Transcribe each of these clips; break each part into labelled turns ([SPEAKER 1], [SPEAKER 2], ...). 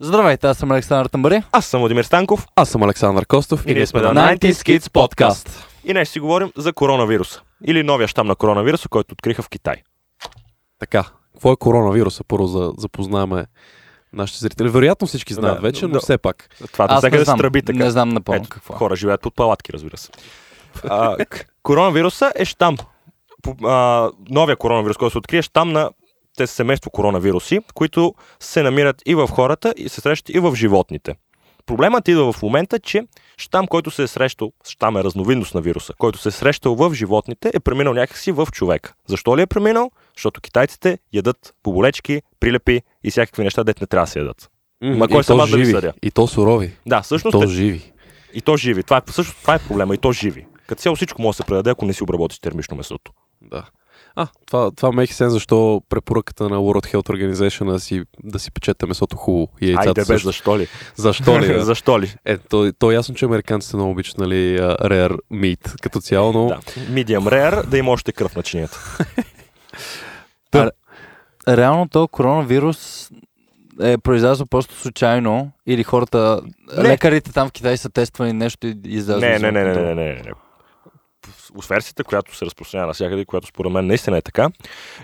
[SPEAKER 1] Здравейте, аз съм Александър Тамбари.
[SPEAKER 2] Аз съм Владимир Станков
[SPEAKER 3] Аз съм Александър Костов и, ние сме да...
[SPEAKER 2] на- 90s Kids и днес си говорим за коронавируса. Или новия щам на коронавируса, който откриха в Китай.
[SPEAKER 3] Така, какво е коронавируса? Първо за, запознаваме нашите зрители. Вероятно всички знаят
[SPEAKER 2] Да,
[SPEAKER 3] вече, но
[SPEAKER 2] да.
[SPEAKER 3] все пак.
[SPEAKER 2] Това да
[SPEAKER 1] аз
[SPEAKER 2] всяка
[SPEAKER 1] не
[SPEAKER 2] да се
[SPEAKER 1] знам,
[SPEAKER 2] тръби така.
[SPEAKER 1] не знам напълно
[SPEAKER 2] Ето,
[SPEAKER 1] какво е.
[SPEAKER 2] Хора живеят под палатки, разбира се. А, к- коронавируса е щам. По- А, новия коронавирус, който се открие, е щам на те са семейство коронавируси, които се намират и в хората, и се срещат и в животните. Проблемът идва в момента, че щам, който се е срещал, щам е разновидност на вируса, който се е срещал в животните, е преминал някакси в човека. Защо ли е преминал? Защото китайците ядат боболечки, прилепи и всякакви неща, дет не трябва да се ядат. Ма
[SPEAKER 3] И
[SPEAKER 2] кой съм
[SPEAKER 3] то
[SPEAKER 2] аз да ви
[SPEAKER 3] живи,
[SPEAKER 2] съдя?
[SPEAKER 3] И то сурови.
[SPEAKER 2] Да,
[SPEAKER 3] И
[SPEAKER 2] всъщност е
[SPEAKER 3] то
[SPEAKER 2] те-
[SPEAKER 3] живи.
[SPEAKER 2] и то живи. Това е, всъщност, това е проблема. И то живи. Като цяло всичко може да се предаде, ако не си обработиш термично месото.
[SPEAKER 3] Да. А, това, това мейки сен, защо препоръката на World Health Organization е да си, да си печете месото хубаво и яйцата
[SPEAKER 2] Айде бе,
[SPEAKER 3] също.
[SPEAKER 2] защо ли?
[SPEAKER 3] Защо ли? да?
[SPEAKER 2] защо ли?
[SPEAKER 3] Е, то, то е ясно, че американците много обичат, нали, а, rare meat като цяло, но...
[SPEAKER 2] Да. Medium rare, да има още кръв на чинията.
[SPEAKER 1] Реално то коронавирус е произлязъл просто случайно или хората,
[SPEAKER 2] Не.
[SPEAKER 1] лекарите там в Китай са тествали нещо и излязло.
[SPEAKER 2] Не, не, не, не, не, не, не, не. Осверсията, която се разпространява навсякъде, и която според мен наистина е така,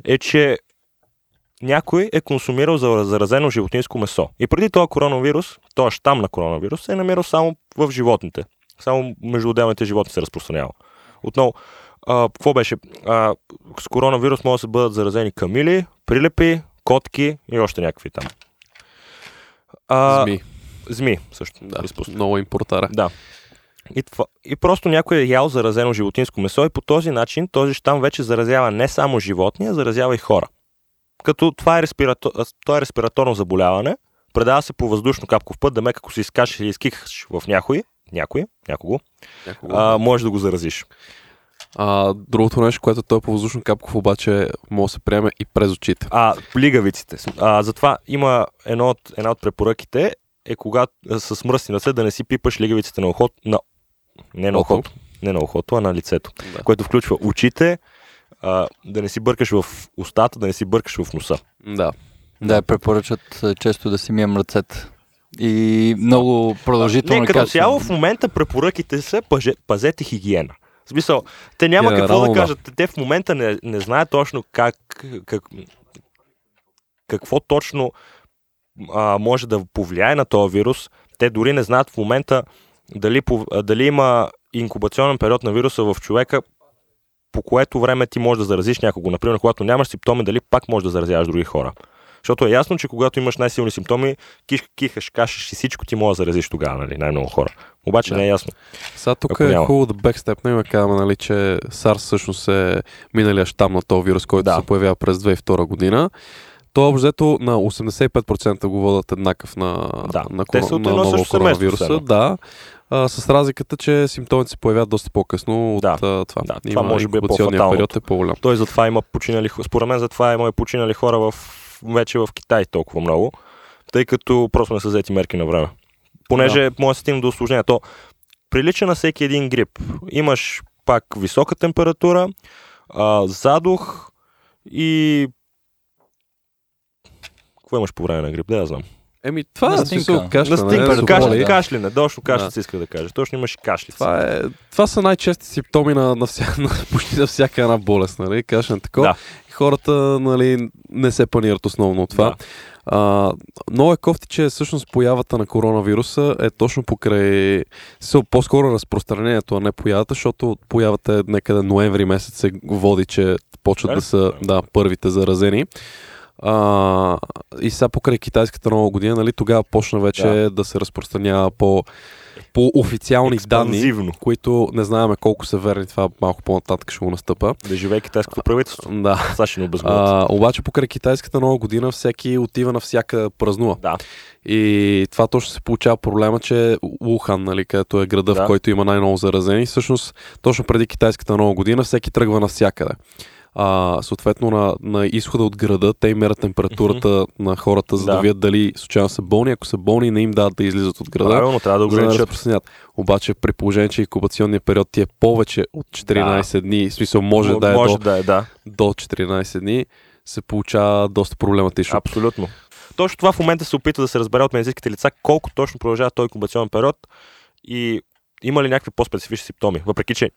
[SPEAKER 2] е, че някой е консумирал за- заразено животинско месо. И преди този коронавирус, този щам на коронавирус, се е намирал само в животните. Само между отделните животни се е разпространява. Отново, а, какво беше? А, с коронавирус могат да се бъдат заразени камили, прилепи, котки и още някакви там. А,
[SPEAKER 3] Зми.
[SPEAKER 2] Зми, също.
[SPEAKER 3] Да,
[SPEAKER 2] изпусна.
[SPEAKER 3] много им портара.
[SPEAKER 2] Да. И, това, и просто някой е ял заразено животинско месо и по този начин този щам вече заразява не само животни, а заразява и хора. Като това е, респирато... а, то е респираторно заболяване, предава се по въздушно капков път, да ме ако си изкашеш или изкихаш в някой, някой, някого,
[SPEAKER 3] Някога.
[SPEAKER 2] а, можеш да го заразиш.
[SPEAKER 3] А, другото нещо, което той е по въздушно капков, обаче може да се приеме и през очите.
[SPEAKER 2] А, лигавиците. А, затова има едно от, една от препоръките е когато а, с мръсни ръце да не си пипаш лигавиците на ухото, на... не на
[SPEAKER 3] Ото.
[SPEAKER 2] ухото, не на ухото, а на лицето.
[SPEAKER 3] Да.
[SPEAKER 2] което включва очите, а, да не си бъркаш в устата, да не си бъркаш в носа.
[SPEAKER 3] Да.
[SPEAKER 1] Да, препоръчат е, често да си мием ръцете. И много продължително.
[SPEAKER 2] Не,
[SPEAKER 1] и
[SPEAKER 2] като
[SPEAKER 1] качествено.
[SPEAKER 2] цяло в момента препоръките са паже, пазете хигиена. В смисъл, те няма какво
[SPEAKER 3] Генерално
[SPEAKER 2] да
[SPEAKER 3] да.
[SPEAKER 2] кажат. Те в момента не, не знаят точно как, как, какво точно а, може да повлияе на този вирус. Те дори не знаят в момента дали, пов- а, дали има инкубационен период на вируса в човека, по което време ти можеш да заразиш някого. Например, когато нямаш симптоми, дали пак можеш да заразяваш други хора. Защото е ясно, че когато имаш най-силни симптоми, киш, кихаш, кашеш и всичко, ти може да заразиш тогава, нали, най-много хора. Обаче
[SPEAKER 3] Да.
[SPEAKER 2] не е ясно.
[SPEAKER 3] Сега тук
[SPEAKER 2] Ако
[SPEAKER 3] е
[SPEAKER 2] няма.
[SPEAKER 3] хубаво да бекстепнем, и казваме, нали, че SARS всъщност е миналия щам на този вирус, който
[SPEAKER 2] Да.
[SPEAKER 3] се появява през 2002 година. То общо взето на 85% го водят еднакъв на,
[SPEAKER 2] Да.
[SPEAKER 3] на,
[SPEAKER 2] Те
[SPEAKER 3] кор-
[SPEAKER 2] са от
[SPEAKER 3] на
[SPEAKER 2] едно
[SPEAKER 3] ново
[SPEAKER 2] също семейство, все
[SPEAKER 3] коронавируса.
[SPEAKER 2] едно.
[SPEAKER 3] Да. А, с разликата, че симптомите се появяват доста по-късно от
[SPEAKER 2] Да.
[SPEAKER 3] а, това.
[SPEAKER 2] Да, това може би е
[SPEAKER 3] инкубационният
[SPEAKER 2] по-фаталното.
[SPEAKER 3] период е по-голям.
[SPEAKER 2] Той затова има починали, хо- според мен затова има и починали хора в, вече в Китай толкова много, тъй като просто не са взети мерки на време. Понеже да. може да стигне до осложнение. То прилича на всеки един грип. Имаш пак висока температура, а, задух и... Какво имаш по време на грип? Да, я знам.
[SPEAKER 3] Еми, това е
[SPEAKER 1] Настинка.
[SPEAKER 3] смисъл кашля.
[SPEAKER 2] Настинка,
[SPEAKER 1] да,
[SPEAKER 3] нали?
[SPEAKER 2] кашля,
[SPEAKER 1] заболи.
[SPEAKER 2] кашляне, точно кашля
[SPEAKER 3] Да.
[SPEAKER 2] се иска да кажа. Точно имаш кашлица.
[SPEAKER 3] Това, е, това са най-чести симптоми на, на, вся, на почти на всяка една болест, нали? Кажеш на такова.
[SPEAKER 2] Да.
[SPEAKER 3] И хората, нали, не се панират основно от това.
[SPEAKER 2] Да.
[SPEAKER 3] Да. А, много е кофти, че всъщност появата на коронавируса е точно покрай се, по-скоро разпространението, а не появата, защото появата е някъде ноември месец се води, че почват
[SPEAKER 2] Да?
[SPEAKER 3] да са да, първите заразени. А, и сега покрай китайската нова година, нали, тогава почна вече
[SPEAKER 2] Да.
[SPEAKER 3] да, да се разпространява по, по официални данни,
[SPEAKER 2] Експанзивно.
[SPEAKER 3] които не знаеме колко са верни, това малко по-нататък ще го настъпа.
[SPEAKER 2] Да живее китайското правителство.
[SPEAKER 3] Да.
[SPEAKER 2] Сега ще ни обезглавят.
[SPEAKER 3] А, обаче покрай китайската нова година всеки отива на всяка празнува.
[SPEAKER 2] Да.
[SPEAKER 3] И това точно се получава проблема, че Лухан, нали, където е града,
[SPEAKER 2] Да.
[SPEAKER 3] в който има най-много заразени, всъщност точно преди китайската нова година всеки тръгва навсякъде. А, съответно на, на изхода от града те им мерят температурата на хората, за да,
[SPEAKER 2] Да.
[SPEAKER 3] да видят дали случайно са болни. Ако са болни, не им дадат да излизат от града.
[SPEAKER 2] Правилно, трябва да
[SPEAKER 3] За да не
[SPEAKER 2] ограничат.
[SPEAKER 3] разпространят. Обаче при положение, че инкубационният период ти е повече от 14 дни, в смисъл може да е
[SPEAKER 2] може
[SPEAKER 3] до
[SPEAKER 2] да е, да.
[SPEAKER 3] до 14 дни се получава доста проблематично.
[SPEAKER 2] Абсолютно. Точно това в момента се опитва да се разбере от медицинските лица колко точно продължава този инкубационен период и има ли някакви по-специфични симптоми. Въпреки, че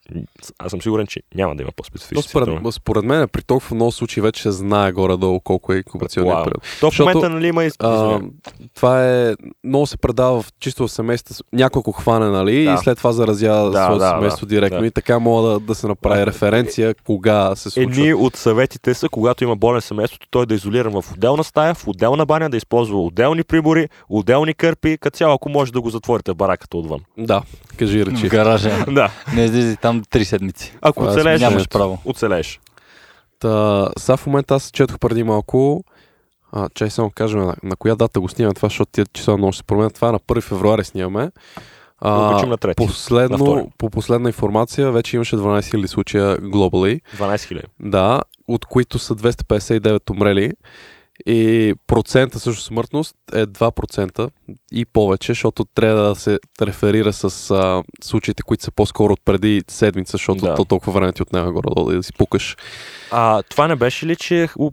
[SPEAKER 2] аз съм сигурен, че няма да има
[SPEAKER 3] То
[SPEAKER 2] по-специфични
[SPEAKER 3] според,
[SPEAKER 2] симптоми.
[SPEAKER 3] според мен при толкова много случаи вече се знае горе-долу колко е инкубационният
[SPEAKER 2] Предполагам.
[SPEAKER 3] период.
[SPEAKER 2] То в момента,
[SPEAKER 3] Защото,
[SPEAKER 2] нали, има... из-
[SPEAKER 3] А,
[SPEAKER 2] извинявай.
[SPEAKER 3] това е много се предава в чисто в семейство, с- няколко хване, нали?
[SPEAKER 2] Да.
[SPEAKER 3] И след това заразява
[SPEAKER 2] Да,
[SPEAKER 3] своето
[SPEAKER 2] да,
[SPEAKER 3] семейство
[SPEAKER 2] да,
[SPEAKER 3] директно.
[SPEAKER 2] да.
[SPEAKER 3] И така мога да, да се направи референция кога се случва.
[SPEAKER 2] Едни от съветите са, когато има болен семейството, той да е изолиран в отделна стая, в отделна баня, да използва отделни прибори, отделни кърпи, като цяло, ако може да го затворите в бараката отвън.
[SPEAKER 3] Да, кажи речи.
[SPEAKER 1] В гаража.
[SPEAKER 2] Да,
[SPEAKER 1] Не излизай там три седмици.
[SPEAKER 2] ако
[SPEAKER 3] Това е
[SPEAKER 2] оцелееш,
[SPEAKER 3] смешно.
[SPEAKER 1] Нямаш право.
[SPEAKER 2] оцелееш.
[SPEAKER 3] Та, сега в момента аз четох преди малко. А, чай само кажем на, на коя дата го снимаме това, защото тия числа много ще се променят. Това е на 1 февруари снимаме.
[SPEAKER 2] Го
[SPEAKER 3] А,
[SPEAKER 2] качим на трети. на втори.
[SPEAKER 3] последно, по последна информация вече имаше 12 000 случая глобали.
[SPEAKER 2] 12 000.
[SPEAKER 3] Да, от които са 259 умрели. И процента също смъртност е 2% и повече, защото трябва да се реферира с а, случаите, които са по-скоро от преди седмица, защото
[SPEAKER 2] Да.
[SPEAKER 3] то толкова време ти отнема горе да си пукаш.
[SPEAKER 2] А това не беше ли, че у-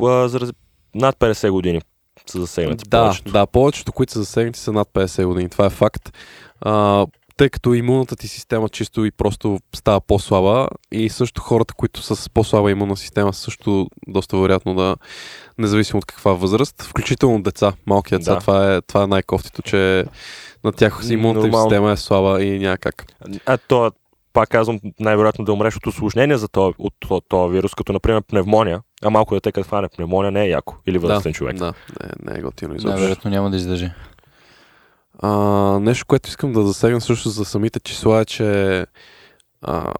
[SPEAKER 2] а, зарази- над 50 години са засегнати
[SPEAKER 3] да,
[SPEAKER 2] повечето?
[SPEAKER 3] да, повечето, които са засегнати са над 50 години. Това е факт. А, тъй като имунната ти система чисто и просто става по-слаба и също хората, които са с по-слаба имунна система са също доста вероятно да, независимо от каква възраст, включително деца, малки деца,
[SPEAKER 2] Да.
[SPEAKER 3] да. това е, това е най-кофтито, че на тях имунната им
[SPEAKER 2] Нормално.
[SPEAKER 3] система е слаба и някак.
[SPEAKER 2] А то, е, пак казвам, най-вероятно да умреш от осложнение за този, от то- този вирус, като например пневмония, а малко дете като хване пневмония не е яко или възрастен
[SPEAKER 3] да,
[SPEAKER 2] човек.
[SPEAKER 3] Да, не, не е готино изобщо.
[SPEAKER 1] Най-вероятно няма да издържи.
[SPEAKER 3] А, нещо, което искам да засегна също за самите числа е, че а,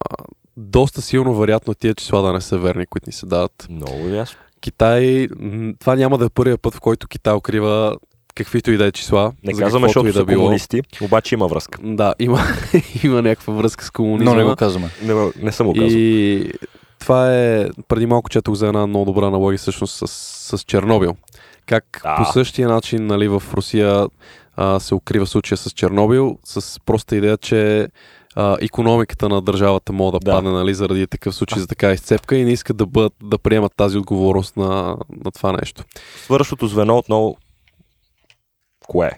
[SPEAKER 3] доста силно вероятно тия числа да не са верни, които ни се дават.
[SPEAKER 2] Много ясно.
[SPEAKER 3] Китай, м, това няма да е първият път, в който Китай укрива каквито и да е числа.
[SPEAKER 2] Не
[SPEAKER 3] за
[SPEAKER 2] казваме,
[SPEAKER 3] каквото
[SPEAKER 2] защото
[SPEAKER 3] и да
[SPEAKER 2] са
[SPEAKER 3] е било.
[SPEAKER 2] комунисти, обаче има връзка.
[SPEAKER 3] Да, има, има някаква връзка с комунизма.
[SPEAKER 1] Но не го казваме.
[SPEAKER 2] Не, не съм го казал.
[SPEAKER 3] И това е, преди малко четох за една много добра аналогия всъщност с, с Чернобил. Как
[SPEAKER 2] Да.
[SPEAKER 3] да. по същия начин нали, в Русия а, се укрива случая с Чернобил, с проста идея, че а, економиката на държавата може да,
[SPEAKER 2] Да.
[SPEAKER 3] да. падне нали, заради такъв случай, за така изцепка и не искат да, бъдат, да приемат тази отговорност на, на това нещо.
[SPEAKER 2] Свършното звено отново. Кое е?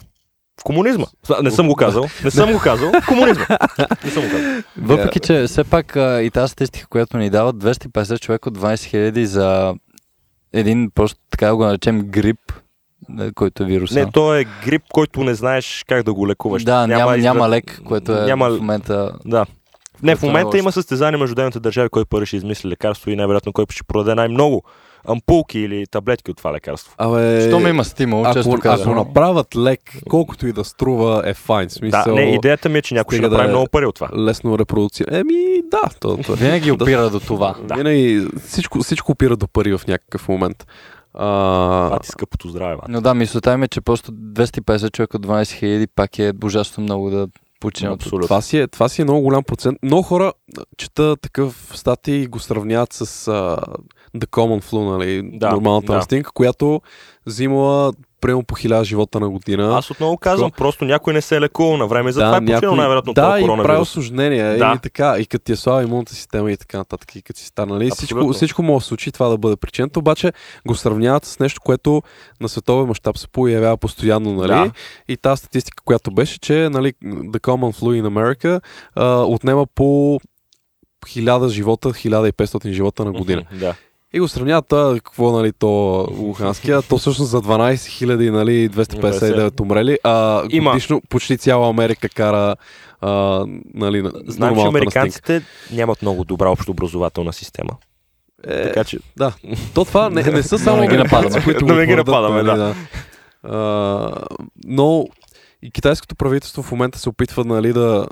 [SPEAKER 2] В комунизма. С- Не съм го казал. Не съм го казал. В комунизма. Не съм го казал.
[SPEAKER 1] Въпреки, че все пак а, и тази статистика, която ни дават, 250 човека от 20 000 за един, просто така да го наречем, грип, да, който е вируса.
[SPEAKER 2] Не, то е грип, който не знаеш как да го лекуваш.
[SPEAKER 1] да, няма,
[SPEAKER 2] изра-
[SPEAKER 1] няма лек, което е
[SPEAKER 2] няма-
[SPEAKER 1] няма... в момента...
[SPEAKER 2] Да. Не, в
[SPEAKER 1] Което е
[SPEAKER 2] момента
[SPEAKER 1] лошо.
[SPEAKER 2] има състезание между отделните държави, кой първи ще измисли лекарство и най-вероятно кой ще продаде най-много ампулки или таблетки от това лекарство.
[SPEAKER 3] Абе,
[SPEAKER 1] Щом
[SPEAKER 2] е
[SPEAKER 1] има стимул,
[SPEAKER 3] Е, ако,
[SPEAKER 1] често
[SPEAKER 3] ако
[SPEAKER 1] казвам.
[SPEAKER 3] направят лек, колкото и да струва, е файн. Смисъл,
[SPEAKER 2] Да, не, идеята ми е, че някой ще
[SPEAKER 3] стига да
[SPEAKER 2] направи
[SPEAKER 3] е-
[SPEAKER 2] много пари от това.
[SPEAKER 3] лесно репродуцира. Еми, да, то, то е.
[SPEAKER 1] Винаги опира до това.
[SPEAKER 2] Да.
[SPEAKER 3] Да. Винаги всичко, всичко опира до пари в някакъв момент.
[SPEAKER 2] А
[SPEAKER 3] А,
[SPEAKER 2] ти скъпото здраве, бат.
[SPEAKER 1] Но да, мисълта им е, че просто 250 човека от 12 000 пак е ужасно много да починат. от-
[SPEAKER 2] Абсолютно.
[SPEAKER 3] това, си е, това си е много голям процент. Много хора а, чета такъв стати и го сравняват с а, The Common Flu, нали?
[SPEAKER 2] Да,
[SPEAKER 3] нормалната
[SPEAKER 2] да.
[SPEAKER 3] настинка, която взимала прямо по хиляда живота на година.
[SPEAKER 2] Аз отново казвам, просто някой не се е лекувал на време и затова е починал най-вероятно от
[SPEAKER 3] да,
[SPEAKER 2] този
[SPEAKER 3] и прави
[SPEAKER 2] коронавирус.
[SPEAKER 3] осложнения
[SPEAKER 2] Да.
[SPEAKER 3] да. и така, и като ти е слаба имунната система и така нататък, и като си стар, нали?
[SPEAKER 2] Абсолютно.
[SPEAKER 3] Всичко, всичко може да се случи това да бъде причината, обаче го сравняват с нещо, което на световен мащаб се появява постоянно, нали?
[SPEAKER 2] Да.
[SPEAKER 3] И тази статистика, която беше, че нали, The Common Flu in America а, отнема по 1000 живота, 1500 живота на година.
[SPEAKER 2] Мгм, Да.
[SPEAKER 3] И го сравняват това, какво, нали, то Луханския, то всъщност за 12 000, нали, 259 умрели, а
[SPEAKER 2] Има.
[SPEAKER 3] годишно почти цяла Америка кара, а, нали, на-
[SPEAKER 2] Знам, че
[SPEAKER 3] нормалната
[SPEAKER 2] Значи американците нямат много добра общообразователна система.
[SPEAKER 3] настинка. Е,
[SPEAKER 2] Така че
[SPEAKER 3] да. То това не, не са само
[SPEAKER 1] Да не ги
[SPEAKER 3] американци,
[SPEAKER 1] нападаме.
[SPEAKER 3] които
[SPEAKER 2] Да
[SPEAKER 3] го
[SPEAKER 2] не ги
[SPEAKER 3] твърдат,
[SPEAKER 2] нападаме,
[SPEAKER 3] нали, А, но и китайското правителство в момента се опитва, нали, да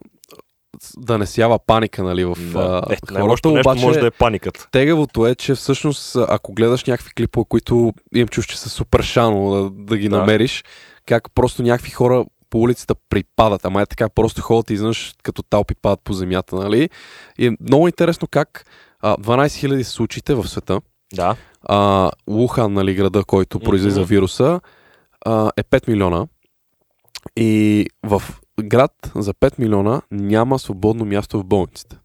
[SPEAKER 3] да не сява паника, нали, в
[SPEAKER 2] да.
[SPEAKER 3] а,
[SPEAKER 2] Е, най-лошото нещо
[SPEAKER 3] обаче-
[SPEAKER 2] може да е паникът.
[SPEAKER 3] Тегавото е, че всъщност, ако гледаш някакви клипове, които им чуш, че са супер шано да, да ги
[SPEAKER 2] Да.
[SPEAKER 3] да. намериш, как просто някакви хора по улицата припадат, ама е така, просто ходят и изведнъж като талпи падат по земята, нали? И е много интересно как а, 12 000 са случаите в света,
[SPEAKER 2] Да.
[SPEAKER 3] а, Лухан, нали, града, който
[SPEAKER 2] Мгм.
[SPEAKER 3] произлиза вируса, а, е 5 милиона. И в град за 5 милиона няма свободно място в болниците.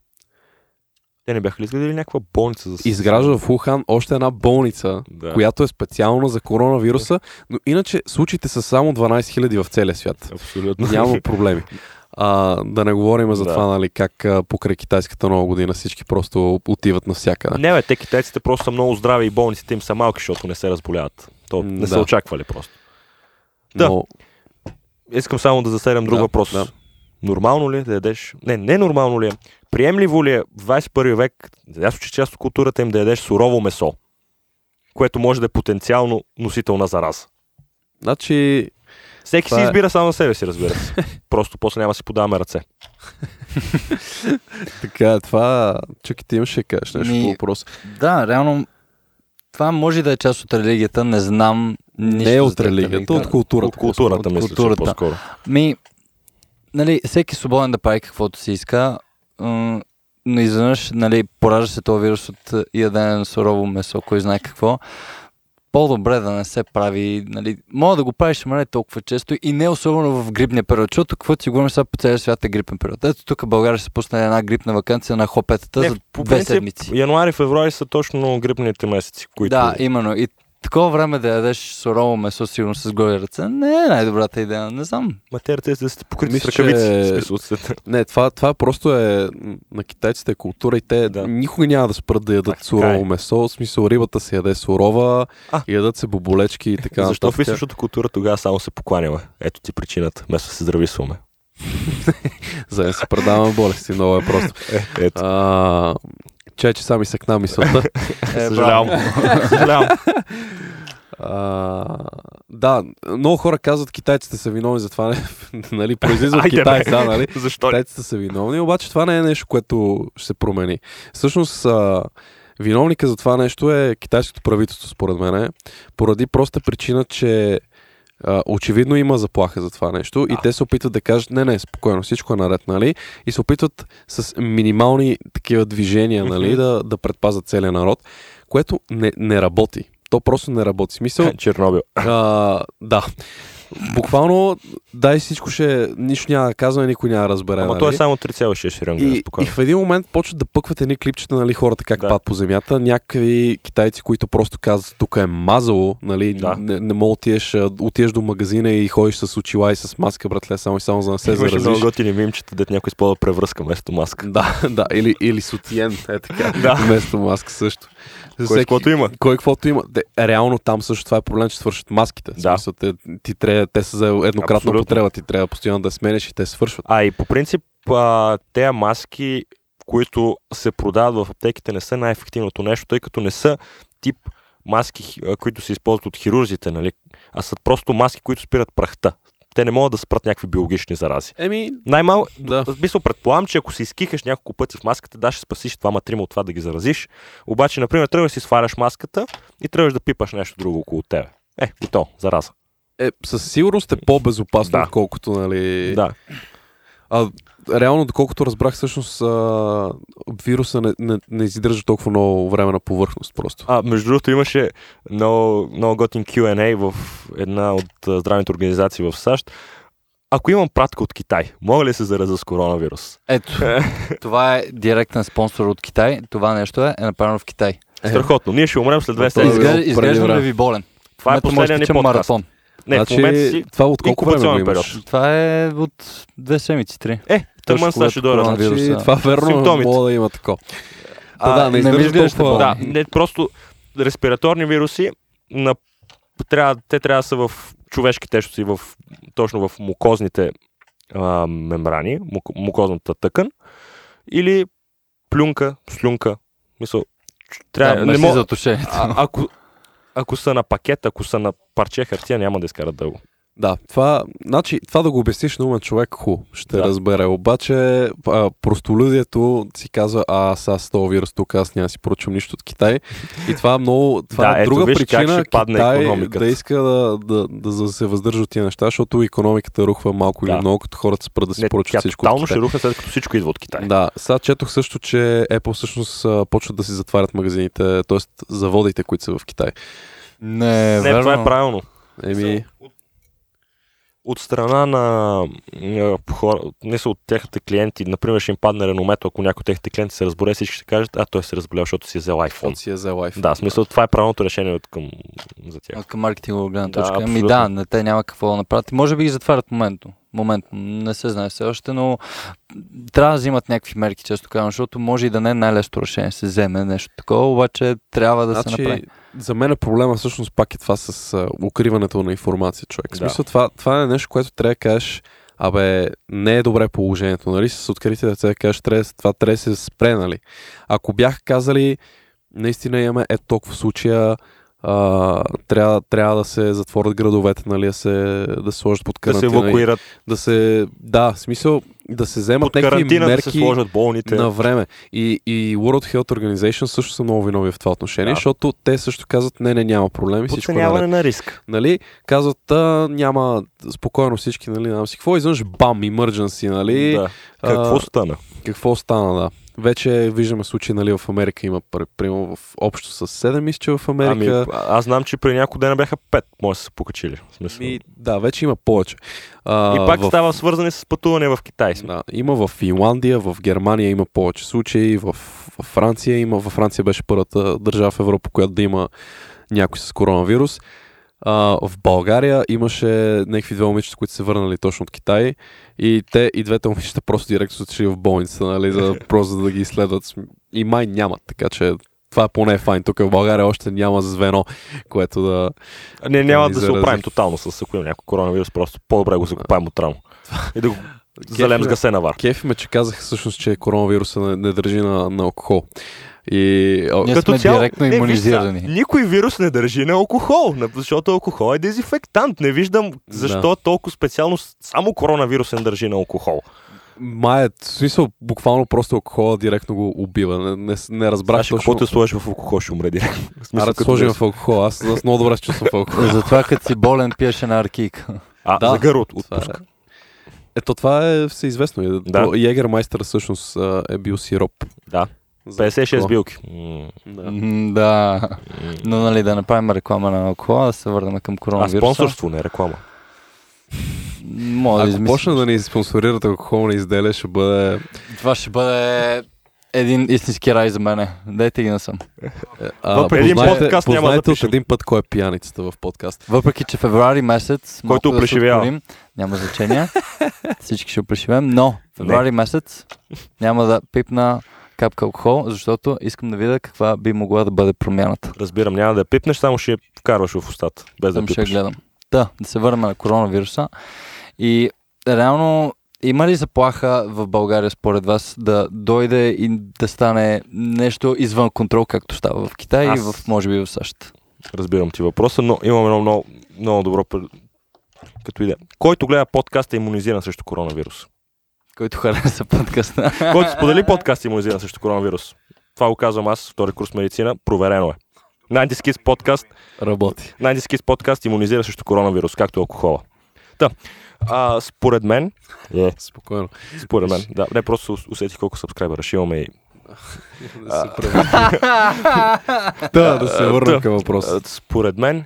[SPEAKER 2] Те не бяха ли изградили някаква болница за
[SPEAKER 3] Изгражда в Ухан още една болница,
[SPEAKER 2] да.
[SPEAKER 3] която е специална за коронавируса, но иначе случаите са само 12 000 в целия свят.
[SPEAKER 2] Абсолютно.
[SPEAKER 3] Няма проблеми. А, да не говорим за
[SPEAKER 2] Да.
[SPEAKER 3] това, нали, как а, покрай китайската нова година всички просто отиват навсякъде.
[SPEAKER 2] Не, бе, те китайците просто са много здрави и болниците им са малки, защото не се разболяват. То не
[SPEAKER 3] М,
[SPEAKER 2] са
[SPEAKER 3] да.
[SPEAKER 2] очаквали просто. Да.
[SPEAKER 3] Но,
[SPEAKER 2] Искам само да засегнем друг
[SPEAKER 3] Да,
[SPEAKER 2] въпрос.
[SPEAKER 3] да.
[SPEAKER 2] Нормално ли е да ядеш? Не, не нормално ли е. Приемливо ли е в 21 век, ясно, че част от културата им да ядеш сурово месо, което може да е потенциално носител на зараза.
[SPEAKER 3] значи,
[SPEAKER 2] Всеки
[SPEAKER 3] Това
[SPEAKER 2] си
[SPEAKER 3] е-
[SPEAKER 2] избира само на себе си, разбира се. Просто после няма да си подаваме ръце.
[SPEAKER 3] така, това... Чакай, ти имаше да кажеш нещо
[SPEAKER 1] Ми-
[SPEAKER 3] по въпрос.
[SPEAKER 1] Да, реално това може да е част от религията, не знам нищо.
[SPEAKER 3] Не е
[SPEAKER 1] за
[SPEAKER 3] от
[SPEAKER 1] тази
[SPEAKER 3] религията, от културата.
[SPEAKER 2] От културата,
[SPEAKER 1] от
[SPEAKER 2] мисля, че е
[SPEAKER 1] културата.
[SPEAKER 2] по-скоро.
[SPEAKER 1] Ми, нали, всеки свободен да прави каквото си иска, м, но изведнъж, нали, поражда се този вирус от е, ядене на сурово месо, кой знае какво. По-добре да не се прави, нали, мога да го правиш, ама не толкова често и не особено в грипния период, защото каквото си говорим сега по целия свят е грипен период. Ето тук България ще се пусне една грипна вакансия на хопетата
[SPEAKER 2] Не,
[SPEAKER 1] за
[SPEAKER 2] по
[SPEAKER 1] две
[SPEAKER 2] принцип,
[SPEAKER 1] седмици.
[SPEAKER 2] Януари, февруари са точно грипните месеци, които...
[SPEAKER 1] Да, именно. И такова време да ядеш сурово месо, сигурно с голи ръце, не е най-добрата идея. Не знам.
[SPEAKER 2] Материята е да сте покрити с
[SPEAKER 3] Мисля, че-
[SPEAKER 2] ръкавици. в смисъл, с-
[SPEAKER 3] Не, това, това просто е м, на китайците е култура и
[SPEAKER 2] Да.
[SPEAKER 3] те да. никога няма да спрат да ядат
[SPEAKER 2] Така
[SPEAKER 3] сурово
[SPEAKER 2] е.
[SPEAKER 3] месо. В смисъл, рибата се яде сурова,
[SPEAKER 2] А.
[SPEAKER 3] а. ядат се боболечки и така.
[SPEAKER 2] Защо в
[SPEAKER 3] нататък.
[SPEAKER 2] източната култура тогава само се покланяме? Ето ти причината. Вместо да се здрависваме.
[SPEAKER 3] За да не се предаваме болести, много е просто.
[SPEAKER 2] Е, ето.
[SPEAKER 3] А, че, че сами сакна мисълта.
[SPEAKER 1] Е,
[SPEAKER 2] Съжалявам. Съжалявам.
[SPEAKER 3] А, да, много хора казват, китайците са виновни за това, не? нали, произлиза от
[SPEAKER 2] Айде, бе.
[SPEAKER 3] Китай, да, нали?
[SPEAKER 2] Защо? ли?
[SPEAKER 3] Китайците са виновни, обаче това не е нещо, което ще се промени. Всъщност, а, виновника за това нещо е китайското правителство, според мен, поради проста причина, че а, очевидно има заплаха за това нещо и
[SPEAKER 2] А.
[SPEAKER 3] те се опитват да кажат, не, не, спокойно, всичко е наред, нали? И се опитват с минимални такива движения, нали,
[SPEAKER 2] Мгм.
[SPEAKER 3] да, да предпазят целия народ, което не, не работи. То просто не работи. В Смисъл,
[SPEAKER 2] Чернобил.
[SPEAKER 3] а, да. Буквално, дай всичко ще... Нищо няма да казваме, никой няма да разбере.
[SPEAKER 2] Ама
[SPEAKER 3] нали?
[SPEAKER 2] той е само 3,6 рънга.
[SPEAKER 3] И, и
[SPEAKER 2] Спокойно.
[SPEAKER 3] в един момент почват да пъкват едни клипчета, нали, хората как
[SPEAKER 2] Да.
[SPEAKER 3] да. падат по земята. Някакви китайци, които просто казват, тук е мазало, нали,
[SPEAKER 2] Да.
[SPEAKER 3] да. не, не мога отиеш, а, отиеш до магазина и ходиш с очила и с маска, братле, само и само за да не се
[SPEAKER 2] Имаше много
[SPEAKER 3] заразиш.
[SPEAKER 2] готини мимчета, дет някой използва превръзка вместо маска.
[SPEAKER 3] Да, да, или, или сутиен, е така,
[SPEAKER 2] Да.
[SPEAKER 3] вместо маска също.
[SPEAKER 2] Кой с каквото има.
[SPEAKER 3] Кой каквото има. Те, реално там също това е проблем, че свършат маските.
[SPEAKER 2] Да.
[SPEAKER 3] Да. Смисъл, те, ти трябва, те са за еднократна
[SPEAKER 2] Абсолютно.
[SPEAKER 3] потреба, ти трябва постоянно да я сменеш и те свършват.
[SPEAKER 2] А и по принцип, а, те маски, които се продават в аптеките, не са най-ефективното нещо, тъй като не са тип маски, хи- а, които се използват от хирурзите, нали? а са просто маски, които спират прахта. Те не могат да спрат някакви биологични зарази.
[SPEAKER 3] Еми,
[SPEAKER 2] Най-малко,
[SPEAKER 3] да.
[SPEAKER 2] в смисъл, предполагам, че ако се изкихаш няколко пъти в маската, да, ще спасиш това трима от това да ги заразиш. Обаче, например, тръгваш да си сваляш маската и тръгваш да пипаш нещо друго около тебе. Е, и то, зараза.
[SPEAKER 3] Е, със сигурност е по-безопасно,
[SPEAKER 2] Да.
[SPEAKER 3] да. отколкото, нали...
[SPEAKER 2] Да.
[SPEAKER 3] А, реално, доколкото разбрах, всъщност а, вируса не, не, не издържа толкова много време на повърхност просто.
[SPEAKER 2] А, между другото, имаше много, много готин Q&A в една от а, здравните организации в САЩ. Ако имам пратка от Китай, мога ли да се зараза с коронавирус?
[SPEAKER 1] Ето, това е директен спонсор от Китай. Това нещо е, е направено в Китай.
[SPEAKER 3] Е.
[SPEAKER 2] Страхотно. Ние ще умрем след две
[SPEAKER 3] Това е било
[SPEAKER 1] Изглежда,
[SPEAKER 2] седмици.
[SPEAKER 3] преди
[SPEAKER 1] изглежда
[SPEAKER 3] време.
[SPEAKER 1] ли ви болен?
[SPEAKER 2] Това е
[SPEAKER 1] Ето може да Значи,
[SPEAKER 2] последният ни
[SPEAKER 1] тече
[SPEAKER 2] подкаст.
[SPEAKER 1] маратон.
[SPEAKER 2] Не, в момента си
[SPEAKER 3] Значи, това от колко време го
[SPEAKER 2] инкубационен
[SPEAKER 3] имаш?
[SPEAKER 1] Това е от две седмици, три.
[SPEAKER 2] е,
[SPEAKER 1] Точно
[SPEAKER 2] тъмън сега ще
[SPEAKER 1] когато
[SPEAKER 2] дойде.
[SPEAKER 1] коронавирус.
[SPEAKER 3] Значи,
[SPEAKER 1] вируса.
[SPEAKER 3] това верно,
[SPEAKER 2] Симптомите.
[SPEAKER 3] мога да има тако.
[SPEAKER 1] А,
[SPEAKER 3] Та,
[SPEAKER 1] не
[SPEAKER 3] да, не
[SPEAKER 1] ми
[SPEAKER 3] издържа
[SPEAKER 1] изглежда
[SPEAKER 3] толкова...
[SPEAKER 2] Да, не, просто респираторни вируси, на, трябва, те трябва да са в човешки тежести, в, точно в мукозните а, мембрани, мук, мукозната тъкан, или плюнка, слюнка, мисъл, ч- трябва,
[SPEAKER 1] Да,
[SPEAKER 2] не
[SPEAKER 1] не
[SPEAKER 2] мога,
[SPEAKER 1] за тушението.
[SPEAKER 2] а, ако, ако са на пакет, ако са на парче хартия, няма да изкарат дълго.
[SPEAKER 3] Да, това, значи, това да го обясниш на умен човек, ху, ще
[SPEAKER 2] Да.
[SPEAKER 3] да. разбере. Обаче, а, простолюдието си казва, а аз аз с този вирус тук, аз няма да си поръчам нищо от Китай. И това е много, това
[SPEAKER 2] Да,
[SPEAKER 3] е
[SPEAKER 2] ето
[SPEAKER 3] друга
[SPEAKER 2] виж как
[SPEAKER 3] причина
[SPEAKER 2] ще падне
[SPEAKER 3] Китай
[SPEAKER 2] икономиката.
[SPEAKER 3] да иска да, да, да, за- се въздържа от тия неща, защото икономиката рухва малко
[SPEAKER 2] Да.
[SPEAKER 3] или много, като хората спрат да си
[SPEAKER 2] Не,
[SPEAKER 3] поръчат
[SPEAKER 2] тя
[SPEAKER 3] всичко от
[SPEAKER 2] тотално ще
[SPEAKER 3] Китай.
[SPEAKER 2] рухне, след като всичко идва от Китай.
[SPEAKER 3] Да, сега четох също, че Apple всъщност а, почват да си затварят магазините, т.е. заводите, които са в Китай.
[SPEAKER 2] е
[SPEAKER 1] Не,
[SPEAKER 2] не, това е правилно.
[SPEAKER 3] Еми,
[SPEAKER 2] от страна на м, а, хора, не са от техните клиенти, например, ще им падне реномето, ако някой от техните клиенти се разболее, всички ще кажат, а той се разболял, защото си е взел iPhone.
[SPEAKER 3] Фонд си е за лайф.
[SPEAKER 2] Да, в смисъл, това е правилното решение от към за тях.
[SPEAKER 1] От към маркетингова гледна
[SPEAKER 2] Да,
[SPEAKER 1] точка. Ами
[SPEAKER 2] абсолютно.
[SPEAKER 1] да, не, те няма какво да направят. Може би ги затварят моментно. Момент, не се знае все още, но трябва да взимат някакви мерки, често казвам, защото може и да не е най-лесното решение да се вземе нещо такова, обаче трябва да се направи.
[SPEAKER 3] Значи, за мен е проблема всъщност пак е това с а, укриването на информация, човек. В
[SPEAKER 2] Да.
[SPEAKER 3] смисъл, това, това е нещо, което трябва да кажеш, абе, не е добре положението, нали? С откритите ръце да кажеш, трябва, да се- това трябва да се спре, нали? Ако бях казали, наистина имаме е толкова случая, а, трябва, трябва да се затворят градовете, нали, да се, да се сложат под
[SPEAKER 2] Да се
[SPEAKER 3] карантина. и
[SPEAKER 2] евакуират
[SPEAKER 3] Да се, да, в смисъл, да се вземат
[SPEAKER 2] под
[SPEAKER 3] някакви
[SPEAKER 2] карантина, да
[SPEAKER 3] мерки
[SPEAKER 2] се сложат болните.
[SPEAKER 3] на време. И, и World Health Organization също са много виновни в това отношение,
[SPEAKER 2] Да.
[SPEAKER 3] да. защото те също казват, не, не, няма проблеми, всичко е
[SPEAKER 2] Подценяване
[SPEAKER 3] наред.
[SPEAKER 2] на риск.
[SPEAKER 3] Нали? Казват, а, няма спокойно всички, нали, нам си какво, изведнъж бам, emergency, нали?
[SPEAKER 2] Да. Какво
[SPEAKER 3] А,
[SPEAKER 2] стана?
[SPEAKER 3] какво стана, да. Вече виждаме случаи, нали, в Америка има, пр- примерно, в общо с 7 мисля, че в
[SPEAKER 2] Ами,
[SPEAKER 3] Америка.
[SPEAKER 2] а- аз знам, че при няколко дена бяха пет, може да са покачили. В смисъл.
[SPEAKER 3] Ами, да, вече има повече. А,
[SPEAKER 2] И пак
[SPEAKER 3] в
[SPEAKER 2] става свързани с пътуване в Китай. сме.
[SPEAKER 3] Да, има в Финландия, в Германия има повече случаи, в, в Франция има. Във Франция беше първата държава в Европа, която да има някой с коронавирус. А, в България имаше някакви две момичета, които се върнали точно от Китай и те и двете момичета просто директно са отишли в болница, нали, за, просто за да ги изследват. И май нямат, така че това поне е файн. Тук в България още няма звено, което да...
[SPEAKER 2] Не, няма да се
[SPEAKER 3] зарази.
[SPEAKER 2] оправим тотално с ако има някой коронавирус, просто по-добре го закопаем от рано. И да го
[SPEAKER 3] е.
[SPEAKER 2] залем с гасена вар.
[SPEAKER 3] Кефи ме, че казах всъщност, че коронавируса не, не държи на, на алкохол. И а,
[SPEAKER 1] Ние сме директно
[SPEAKER 2] не, виж
[SPEAKER 1] имунизирани.
[SPEAKER 2] сега, Никой вирус не държи на алкохол, на- защото алкохол е дезинфектант. Не виждам защо толкова специално с- само коронавирус не държи на алкохол.
[SPEAKER 3] Май е, в смисъл, буквално просто алкохола директно го убива. Не, не, с- не разбрах
[SPEAKER 2] Значи,
[SPEAKER 3] точно.
[SPEAKER 2] каквото сложиш в алкохол, ще умре директно. В смисъл,
[SPEAKER 3] Ара да
[SPEAKER 2] като е
[SPEAKER 3] сложим
[SPEAKER 2] вирус.
[SPEAKER 3] в алкохол. Аз, аз много добре се чувствам в алкохол.
[SPEAKER 1] Затова като си болен пиеш една аркийка.
[SPEAKER 2] А,
[SPEAKER 3] Да.
[SPEAKER 2] за гърлото
[SPEAKER 3] Това
[SPEAKER 2] отпуска.
[SPEAKER 3] е. Ето това е всеизвестно.
[SPEAKER 2] Да.
[SPEAKER 3] Да. Егермайстър всъщност а, е бил сироп.
[SPEAKER 2] Да.
[SPEAKER 3] За
[SPEAKER 2] 56
[SPEAKER 3] алкохол.
[SPEAKER 2] билки. М,
[SPEAKER 3] Да.
[SPEAKER 1] М, Да.
[SPEAKER 2] м.
[SPEAKER 1] Но нали да направим реклама на алкохола, да се върнем към
[SPEAKER 2] А
[SPEAKER 1] коронавируса.
[SPEAKER 2] спонсорство, не реклама.
[SPEAKER 1] Мога да
[SPEAKER 3] Ако почна
[SPEAKER 1] измислим.
[SPEAKER 3] да ни спонсорират алкохолни изделия, ще бъде...
[SPEAKER 1] Това ще бъде един истински рай за мене. Дайте ги насам.
[SPEAKER 3] е,
[SPEAKER 2] Въпреки един
[SPEAKER 3] познайте-
[SPEAKER 2] подкаст няма да
[SPEAKER 3] познайте от
[SPEAKER 2] запишем.
[SPEAKER 3] един път кой е пияницата в подкаст.
[SPEAKER 1] Въпреки, че феврари месец,
[SPEAKER 2] Който
[SPEAKER 1] малко да се
[SPEAKER 2] оплешивява.
[SPEAKER 1] отклоним, няма значение. Всички ще оплешивем, но феврари месец няма да пипна капка алкохол, защото искам да видя каква би могла да бъде промяната.
[SPEAKER 2] Разбирам, няма да я пипнеш, само ще я вкарваш в устата, без да
[SPEAKER 1] Там ще я
[SPEAKER 2] пипнеш.
[SPEAKER 1] гледам. Да, да се върнем на коронавируса. И реално има ли заплаха в България според вас да дойде и да стане нещо извън контрол, както става в Китай и
[SPEAKER 2] Аз-
[SPEAKER 1] в, може би в САЩ?
[SPEAKER 2] Разбирам ти въпроса, но имам едно много, много добро пред- като идея. Който гледа подкаста е иммунизиран срещу коронавирус.
[SPEAKER 1] Който хареса подкаста.
[SPEAKER 2] Който сподели подкаст е иммунизиран срещу коронавирус. Това го казвам аз, втори курс медицина, проверено е. 90 Kids подкаст,
[SPEAKER 3] Работи.
[SPEAKER 2] 90 Kids подкаст иммунизира срещу коронавирус, както алкохола. Та, а, според мен, е,
[SPEAKER 3] Спокойно.
[SPEAKER 2] според мен, да, не просто ус- усетих колко сабскрайбъра ще имаме и
[SPEAKER 3] Да се превърнем. Да, да се
[SPEAKER 2] А,
[SPEAKER 3] върнем
[SPEAKER 2] да.
[SPEAKER 3] към въпроса.
[SPEAKER 2] А, Според мен,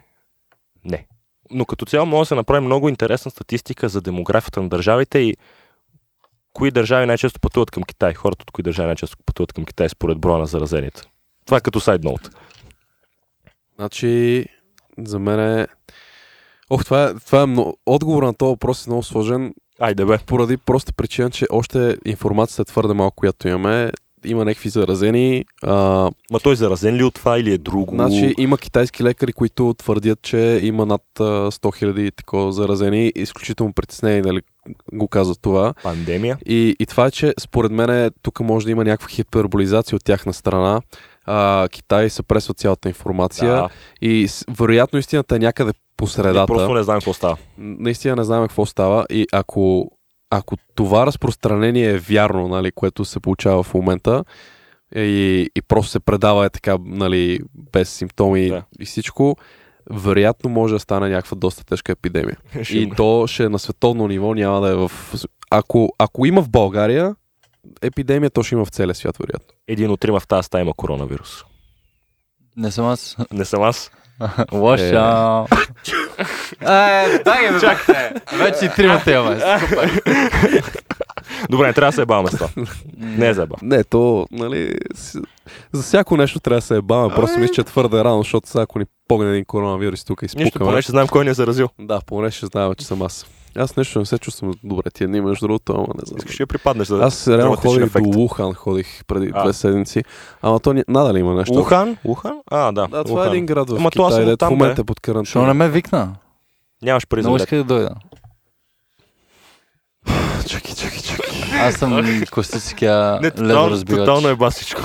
[SPEAKER 2] не. Но като цяло може да се направи много интересна статистика за демографията на държавите и кои държави най-често пътуват към Китай. Хората от кои държави най-често пътуват към Китай според броя на заразените. Това е като сайд ноут.
[SPEAKER 3] Значи, за мен е... Ох, това е, това е много... Отговор на този въпрос е много сложен,
[SPEAKER 2] Айде бе.
[SPEAKER 3] поради проста причина, че още информацията е твърде малко, която имаме. Има някакви заразени. А,
[SPEAKER 2] Ма той заразен ли от това или е друго?
[SPEAKER 3] значи, има китайски лекари, които твърдят, че има над а, 100 000 такова заразени. Изключително притеснени, нали, го казват това.
[SPEAKER 2] Пандемия?
[SPEAKER 3] И, и това е, че според мен е, тук може да има някаква хиперболизация от тяхна страна. А, Китай се пресва цялата информация
[SPEAKER 2] Да.
[SPEAKER 3] и с, вероятно истината е някъде по
[SPEAKER 2] Ние
[SPEAKER 3] средата.
[SPEAKER 2] просто не знаем какво става.
[SPEAKER 3] наистина не знаем какво става и ако, ако това разпространение е вярно, нали, което се получава в момента е и, и просто се предава е така, нали, без симптоми
[SPEAKER 2] Да.
[SPEAKER 3] да. и всичко, вероятно може да стане някаква доста тежка епидемия.
[SPEAKER 2] Ще
[SPEAKER 3] И
[SPEAKER 2] умре.
[SPEAKER 3] то ще е на световно ниво, няма да е в... Ако, ако има в България, епидемия, то ще има в целия свят, вероятно.
[SPEAKER 2] Един от трима в тази стая има коронавирус.
[SPEAKER 1] Не съм аз.
[SPEAKER 2] Не съм аз.
[SPEAKER 1] Лоша. Е, дай ми чакайте. Вече и тримата имаме. Супер.
[SPEAKER 2] Добре, не трябва да се ебаваме с това. Не е забав.
[SPEAKER 3] Не, то, нали, с- за всяко нещо трябва да се
[SPEAKER 2] Ами-
[SPEAKER 3] ебаваме. Просто мисля, че е твърде рано, защото сега ако ни погне един коронавирус тук и
[SPEAKER 2] Нищо,
[SPEAKER 3] спукаме.
[SPEAKER 2] поне ще знаем кой ни е заразил.
[SPEAKER 3] Да, поне ще знаем, че съм аз. Аз нещо не се чувствам добре. Тия дни, между другото, ама не знам.
[SPEAKER 2] Искаш ли да припаднеш за
[SPEAKER 3] Аз реално
[SPEAKER 2] драматичен
[SPEAKER 3] ходих
[SPEAKER 2] ефект?
[SPEAKER 3] до Лухан, ходих преди
[SPEAKER 2] А.
[SPEAKER 3] две седмици. Ама то ни- надали има нещо.
[SPEAKER 2] Лухан? Лухан? А, да.
[SPEAKER 3] Да, това
[SPEAKER 2] Лухан.
[SPEAKER 3] е един град в
[SPEAKER 2] Ама то аз
[SPEAKER 3] Китай,
[SPEAKER 2] съм
[SPEAKER 3] дето в
[SPEAKER 2] оттам,
[SPEAKER 3] момента
[SPEAKER 2] бе.
[SPEAKER 3] е под
[SPEAKER 1] Що не
[SPEAKER 3] карантина.
[SPEAKER 1] ме викна?
[SPEAKER 2] Нямаш пари за
[SPEAKER 1] Много
[SPEAKER 2] билет.
[SPEAKER 1] иска да дойда.
[SPEAKER 3] Чакай, чакай, чакай.
[SPEAKER 1] Аз съм класическия
[SPEAKER 2] Не,
[SPEAKER 1] ледо
[SPEAKER 2] тотално, тотално
[SPEAKER 1] разбивач.
[SPEAKER 2] е еба всичко.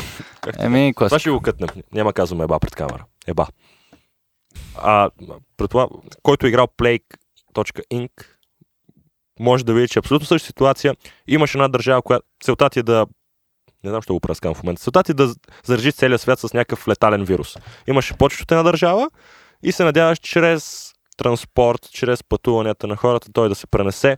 [SPEAKER 1] Еми,
[SPEAKER 2] Това
[SPEAKER 1] класик.
[SPEAKER 2] ще го кътнем. Няма казвам еба пред камера. Еба. А, предполагам, който е играл Plague.inc, може да види, че е абсолютно същата ситуация. Имаш една държава, която целта ти е да не знам, ще го праскам в момента. Целта ти е да заражиш целия свят с някакъв летален вирус. Имаш почваш от една държава и се надяваш чрез транспорт, чрез пътуванията на хората, той да се пренесе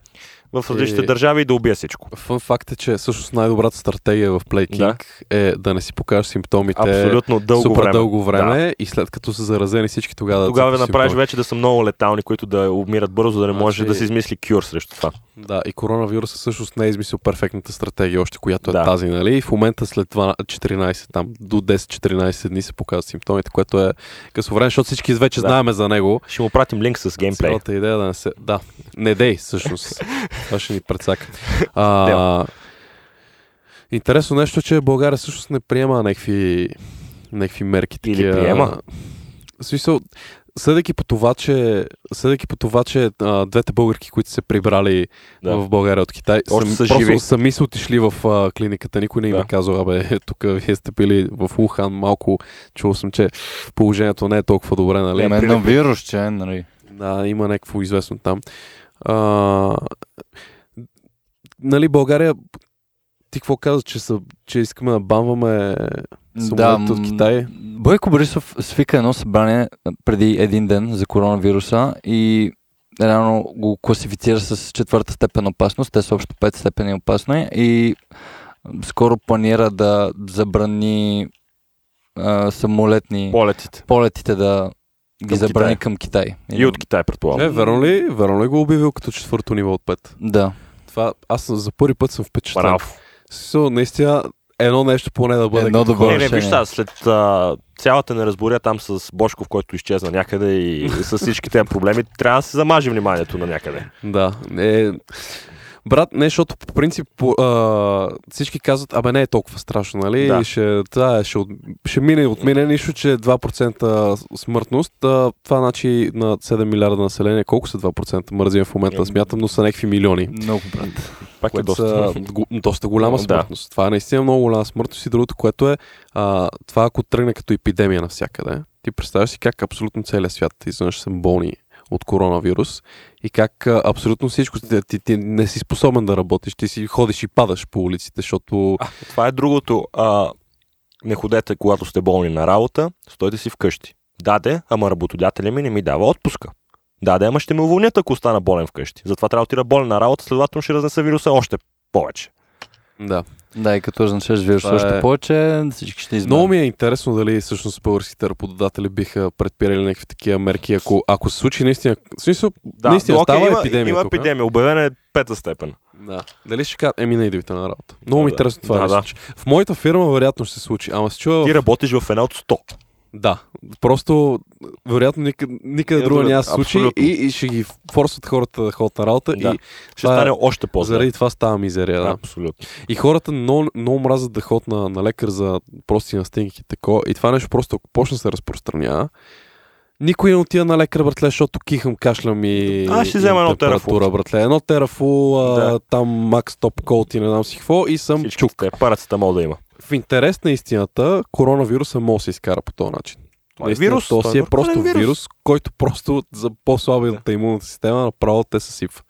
[SPEAKER 2] в различните
[SPEAKER 3] И-
[SPEAKER 2] държави и да убие всичко.
[SPEAKER 3] Фън факт е, че всъщност най-добрата стратегия в
[SPEAKER 2] Да.
[SPEAKER 3] Playking е да не си покажеш симптомите
[SPEAKER 2] Абсолютно дълго
[SPEAKER 3] супер
[SPEAKER 2] време.
[SPEAKER 3] дълго време и след като са заразени всички тогава да
[SPEAKER 2] Тогава да
[SPEAKER 3] дадат
[SPEAKER 2] направиш
[SPEAKER 3] симптоми.
[SPEAKER 2] вече да са много летални, които да умират бързо, да не
[SPEAKER 3] Значи-
[SPEAKER 2] може да се измисли кюр срещу това.
[SPEAKER 3] Да, и коронавирусът всъщност не е измислил перфектната стратегия още, която е
[SPEAKER 2] Да.
[SPEAKER 3] тази, нали? И в момента след 12, 14, там до 10-14 дни се показват симптомите, което е късовременно, защото всички вече
[SPEAKER 2] Да.
[SPEAKER 3] да. знаеме за него.
[SPEAKER 2] Ще му пратим линк с геймплей.
[SPEAKER 3] Цялата идея е да не се... Да, не дей, всъщност. Това ще ни прецака. А, интересно нещо, е, че България всъщност не приема някакви, някакви мерки.
[SPEAKER 2] Или
[SPEAKER 3] такива.
[SPEAKER 2] приема?
[SPEAKER 3] В смисъл, съдейки по това, че, съдейки по това, че а, двете българки, които са се прибрали
[SPEAKER 2] Да.
[SPEAKER 3] да. в България от Китай,
[SPEAKER 2] Още
[SPEAKER 3] сами-
[SPEAKER 2] са
[SPEAKER 3] просто
[SPEAKER 2] живи.
[SPEAKER 3] сами са отишли в а, клиниката. Никой не им
[SPEAKER 2] Да.
[SPEAKER 3] е казал, абе, тук вие сте били в Ухан малко. Чувал съм, че положението не е толкова добре, нали?
[SPEAKER 1] Има едно вирус, че, нали.
[SPEAKER 3] Да, има някакво известно там. А, нали, България, ти какво каза, че, са, че искаме да банваме самолет от
[SPEAKER 1] м,
[SPEAKER 3] Китай?
[SPEAKER 1] Бойко Борисов свика едно събрание преди един ден за коронавируса и реално го класифицира с четвърта степен опасност. Те са общо пет степени опасни и скоро планира да забрани а, самолетни
[SPEAKER 2] Полетите.
[SPEAKER 1] полетите да ги
[SPEAKER 2] Към
[SPEAKER 1] забрани
[SPEAKER 2] Китай.
[SPEAKER 1] към Китай.
[SPEAKER 2] И от Китай, предполагам.
[SPEAKER 3] Е, верно ли, верно ли го обявил като четвърто ниво от пет?
[SPEAKER 1] Да.
[SPEAKER 3] Това, аз съм- за първи път съм впечатлен.
[SPEAKER 2] Браво.
[SPEAKER 3] Со, наистина, едно нещо поне да бъде.
[SPEAKER 1] Едно
[SPEAKER 3] като
[SPEAKER 1] добро.
[SPEAKER 2] Не,
[SPEAKER 3] хора.
[SPEAKER 2] не,
[SPEAKER 1] решение.
[SPEAKER 2] виж сега, след а, цялата неразбория там с Бошков, който изчезна някъде и с всички тези проблеми, трябва да се замаже вниманието на някъде.
[SPEAKER 3] Да. Е, брат, не, защото по принцип по, а, всички казват, абе не е толкова страшно, нали?
[SPEAKER 2] Да.
[SPEAKER 3] Да. Ще, да, ще, от, ще мине, отмине нищо, че 2% смъртност, а, това значи на 7 милиарда население, колко са 2% мързия в момента, да смятам, но са някакви милиони.
[SPEAKER 1] Много, брат.
[SPEAKER 2] Пак е
[SPEAKER 3] Което
[SPEAKER 2] доста.
[SPEAKER 3] доста. Са, го- доста голяма
[SPEAKER 2] Да.
[SPEAKER 3] смъртност. Това е наистина много голяма смъртност и другото, което е а, това ако тръгне като епидемия навсякъде, ти представяш си как абсолютно целият свят изведнъж са болни от коронавирус и как а, абсолютно всичко, ти, ти, ти не си способен да работиш, ти си ходиш и падаш по улиците, защото
[SPEAKER 2] А, това е другото. А, не ходете, когато сте болни на работа, стойте си вкъщи. Даде, ама работодателя ми не ми дава отпуска. Даде, ама ще ме уволнят, ако остана болен вкъщи. Затова трябва да отида болен на работа, следователно ще разнеса вируса още повече.
[SPEAKER 3] да,
[SPEAKER 1] Да, и като означаш вирус
[SPEAKER 3] Това
[SPEAKER 1] още
[SPEAKER 3] е-
[SPEAKER 1] повече, всички ще изберат.
[SPEAKER 3] Много ми е интересно дали всъщност българските работодатели биха предприели някакви такива мерки, ако, ако се случи наистина. В смисъл, да, наистина,
[SPEAKER 2] но окей,
[SPEAKER 3] става
[SPEAKER 2] има,
[SPEAKER 3] епидемия.
[SPEAKER 2] Има
[SPEAKER 3] тук, а?
[SPEAKER 2] епидемия, обявена е пета степен.
[SPEAKER 3] Да. Дали ще кажат, еми не идвайте на работа. Много
[SPEAKER 2] Да,
[SPEAKER 3] ми
[SPEAKER 2] да.
[SPEAKER 3] интересно това
[SPEAKER 2] Да,
[SPEAKER 3] да,
[SPEAKER 2] да.
[SPEAKER 3] да. Случи. В моята фирма вероятно ще се случи, ама се чува...
[SPEAKER 2] Ти
[SPEAKER 3] в-
[SPEAKER 2] работиш в една от 100.
[SPEAKER 3] Да, просто вероятно никъде, никъде
[SPEAKER 2] Е,
[SPEAKER 3] друга
[SPEAKER 2] да,
[SPEAKER 3] няма да се случи
[SPEAKER 2] абсолютно.
[SPEAKER 3] и, и ще ги форсват хората да ходят на работа
[SPEAKER 2] Да.
[SPEAKER 3] и
[SPEAKER 2] Ще
[SPEAKER 3] Това е
[SPEAKER 2] стане още по-зле.
[SPEAKER 3] заради това става мизерия. Да.
[SPEAKER 2] Абсолютно.
[SPEAKER 3] И хората много, много мразят да ходят на, на лекар за прости настинки и тако. И това е нещо просто, ако почне да се разпространява, никой не отива на лекар, братле, защото кихам, кашлям и...
[SPEAKER 2] Аз ще
[SPEAKER 3] и
[SPEAKER 2] взема едно
[SPEAKER 3] температура,
[SPEAKER 2] Терафул.
[SPEAKER 3] братле. Едно терафул,
[SPEAKER 2] Да.
[SPEAKER 3] а, там макс топ колт и не знам си какво и съм
[SPEAKER 2] Всичко
[SPEAKER 3] чук.
[SPEAKER 2] Чук. Е, парацата мога да има.
[SPEAKER 3] в интерес на истината, коронавируса може да се изкара по този начин.
[SPEAKER 2] Това е
[SPEAKER 3] Наистина,
[SPEAKER 2] вирус,
[SPEAKER 3] То
[SPEAKER 2] той
[SPEAKER 3] си
[SPEAKER 2] е
[SPEAKER 3] е просто
[SPEAKER 2] нормален
[SPEAKER 3] вирус.
[SPEAKER 2] вирус.
[SPEAKER 3] вирус, който просто за по-слабата имунната система направо те съсипва.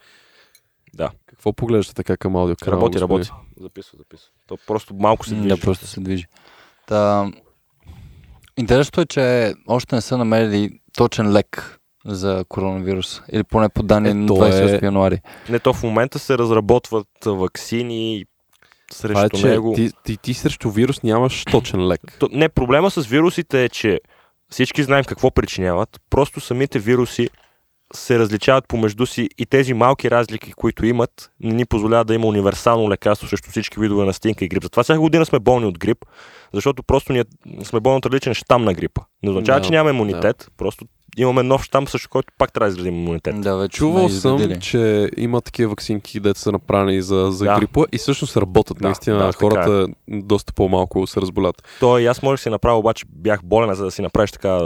[SPEAKER 2] Да.
[SPEAKER 3] Какво поглеждате така към аудиоканала?
[SPEAKER 2] Работи,
[SPEAKER 3] господи?
[SPEAKER 2] работи. Записва, записва. То просто малко се
[SPEAKER 1] М,
[SPEAKER 2] движи.
[SPEAKER 1] Да, просто се движи. Та, интересното е, че още не са намерили точен лек за коронавирус. Или поне по данни
[SPEAKER 3] Е,
[SPEAKER 1] на
[SPEAKER 3] то е-
[SPEAKER 1] 28 януари.
[SPEAKER 2] Не, то в момента се разработват а, ваксини
[SPEAKER 3] Това е,
[SPEAKER 2] срещу
[SPEAKER 3] че
[SPEAKER 2] него.
[SPEAKER 3] ти, ти, ти срещу вирус нямаш точен лек.
[SPEAKER 2] То, не, проблема с вирусите е, че всички знаем какво причиняват. Просто самите вируси се различават помежду си и тези малки разлики, които имат, не ни позволяват да има универсално лекарство срещу всички видове на стинка и грип. Затова всяка година сме болни от грип, защото просто ние сме болни от различен щам на грипа. Не означава,
[SPEAKER 3] Да,
[SPEAKER 2] че нямаме имунитет, просто имаме нов щам, също който пак трябва да изградим имунитет.
[SPEAKER 1] Да, вече
[SPEAKER 3] Чувал
[SPEAKER 1] сме
[SPEAKER 3] съм,
[SPEAKER 1] изградили.
[SPEAKER 3] че има такива вакцинки, дето са направени за, за
[SPEAKER 2] Да.
[SPEAKER 3] грипа и всъщност работят.
[SPEAKER 2] Да,
[SPEAKER 3] Наистина
[SPEAKER 2] да, така е.
[SPEAKER 3] хората доста по-малко се разболят.
[SPEAKER 2] То и аз можех да си направя, обаче бях болен, за да си направиш така.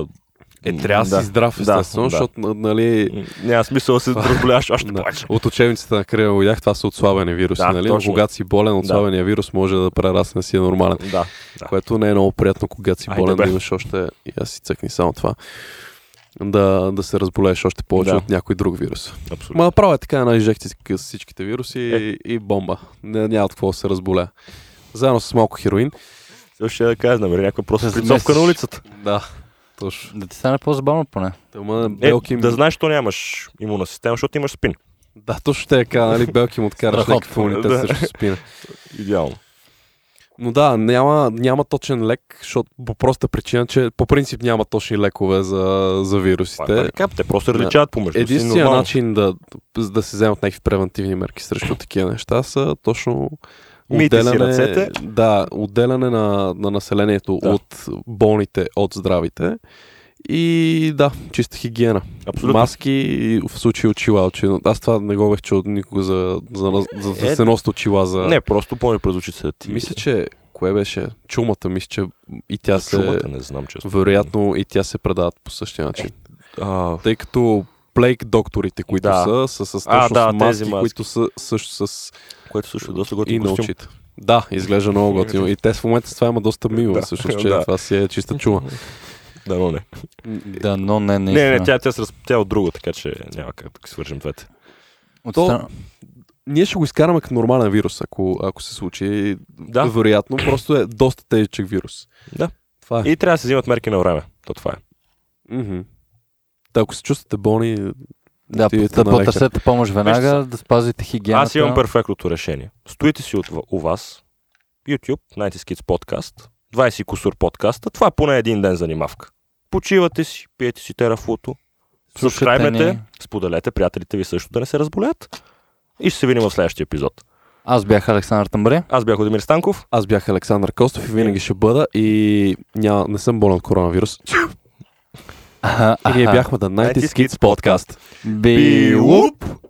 [SPEAKER 3] Е, трябва да
[SPEAKER 2] да
[SPEAKER 3] си здрав, естествено,
[SPEAKER 2] да.
[SPEAKER 3] защото, на- нали,
[SPEAKER 2] М, Няма смисъл да се разболяваш още
[SPEAKER 3] Да.
[SPEAKER 2] повече.
[SPEAKER 3] От учебницата на края видях, това са отслабени вируси,
[SPEAKER 2] Да,
[SPEAKER 3] нали? Но
[SPEAKER 2] точно.
[SPEAKER 3] Когато си болен, отслабения вирус може да прерасне да си е нормален.
[SPEAKER 2] Да.
[SPEAKER 3] Което не е много приятно, когато си
[SPEAKER 2] Айде,
[SPEAKER 3] болен,
[SPEAKER 2] бе.
[SPEAKER 3] да имаш още... И аз си цъкни само това. Да, да се разболееш още повече
[SPEAKER 2] Да.
[SPEAKER 3] от някой друг вирус.
[SPEAKER 2] Абсолютно.
[SPEAKER 3] Ма направо е така една инжекция с всичките вируси
[SPEAKER 2] Е.
[SPEAKER 3] и, и бомба. Не, няма от какво да се разболя. Заедно с малко хероин.
[SPEAKER 2] Ма... Ще да кажа, намери някаква просто
[SPEAKER 1] Да
[SPEAKER 2] прицовка на
[SPEAKER 1] смесиш.
[SPEAKER 2] улицата.
[SPEAKER 3] Да, точно.
[SPEAKER 1] Да ти стане по-забавно поне.
[SPEAKER 3] Тъма,
[SPEAKER 2] Е,
[SPEAKER 3] белки им...
[SPEAKER 2] да знаеш, че нямаш имунна система, защото имаш спин.
[SPEAKER 3] да, точно те е така, нали? Белки им откараш
[SPEAKER 1] Страхотно,
[SPEAKER 3] някакъв имунитет
[SPEAKER 2] да.
[SPEAKER 3] срещу спина.
[SPEAKER 2] Идеално.
[SPEAKER 3] Но да, няма, няма точен лек, защото по проста причина, че по принцип няма точни лекове за, за
[SPEAKER 2] Това е
[SPEAKER 3] вирусите.
[SPEAKER 2] така, те просто се различават помежду си.
[SPEAKER 3] Единственият
[SPEAKER 2] нормално.
[SPEAKER 3] начин да, да се вземат някакви превентивни мерки срещу такива неща са точно
[SPEAKER 2] Мийте си
[SPEAKER 3] отделяне-
[SPEAKER 2] ръцете.
[SPEAKER 3] Да, отделяне на, на населението
[SPEAKER 2] Да.
[SPEAKER 3] от болните, от здравите. И да, чиста хигиена.
[SPEAKER 2] Абсолютно.
[SPEAKER 3] Маски и в случай очила. очи- Аз това не го бях чул никога за, за, за, за,
[SPEAKER 2] Е,
[SPEAKER 3] за се носят очила за...
[SPEAKER 2] Не, просто помни през очите ти.
[SPEAKER 3] Мисля, че кое беше? Чумата, мисля, че и тя се...
[SPEAKER 2] Чумата, Е. не знам честно.
[SPEAKER 3] Вероятно и тя се предават по същия начин.
[SPEAKER 2] А,
[SPEAKER 3] Тъй като плейк докторите, които
[SPEAKER 2] Да.
[SPEAKER 3] са, са с точно
[SPEAKER 2] А, да,
[SPEAKER 3] с маски,
[SPEAKER 2] тези маски.
[SPEAKER 3] които са също с
[SPEAKER 2] което също е доста
[SPEAKER 3] и
[SPEAKER 2] готин
[SPEAKER 3] на
[SPEAKER 2] костюм.
[SPEAKER 3] очите. Да, изглежда много готино. И те в момента с това има доста мило,
[SPEAKER 2] Да,
[SPEAKER 3] всъщност, че
[SPEAKER 2] да.
[SPEAKER 3] това си е чиста чума.
[SPEAKER 2] Да, но не.
[SPEAKER 1] Да, но не, не.
[SPEAKER 2] Не, не, тя, тя, се раз... тя е от друго, така че няма как да ги свържем двете.
[SPEAKER 1] От
[SPEAKER 3] То-
[SPEAKER 1] страна...
[SPEAKER 3] Ние ще го изкараме като нормален вирус, ако, ако се случи.
[SPEAKER 2] Да.
[SPEAKER 3] Вероятно, просто е доста тежичък вирус.
[SPEAKER 2] Да.
[SPEAKER 3] Това е.
[SPEAKER 2] И трябва да се взимат мерки на време. То това е.
[SPEAKER 3] Мгм. Та, ако се чувствате болни,
[SPEAKER 1] Да,
[SPEAKER 3] отидете
[SPEAKER 1] да
[SPEAKER 3] на лекар.
[SPEAKER 1] потърсете помощ веднага, да спазите хигиената.
[SPEAKER 2] Аз имам перфектното решение. Стоите си от, у вас, YouTube, Nighty Kids подкаст, 20 кусур подкаста, това е поне един ден занимавка. Почивате си, пиете си терафуто,
[SPEAKER 1] Слушайте ни.
[SPEAKER 2] субскрайбнете, споделете приятелите ви също да не се разболят. И ще се видим в следващия епизод.
[SPEAKER 1] Аз бях Александър Тамбре.
[SPEAKER 2] Аз бях Владимир Станков.
[SPEAKER 3] Аз бях Александър Костов и винаги ще бъда и няма, не съм болен от коронавирус. И ние бяхме да Nighty Kids подкаст.
[SPEAKER 1] Билуп!